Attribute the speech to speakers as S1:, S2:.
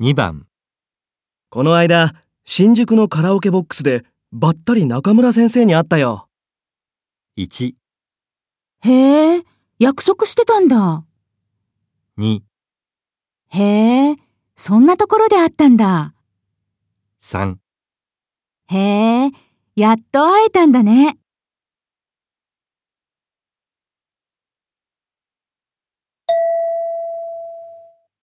S1: 2番、
S2: この間、新宿のカラオケボックスでばったり中村先生に会ったよ。
S1: 1、
S3: へえ、役職してたんだ。
S1: 2、
S3: へえ、そんなところであったんだ。
S1: 3
S3: へえ、やっと会えたんだね。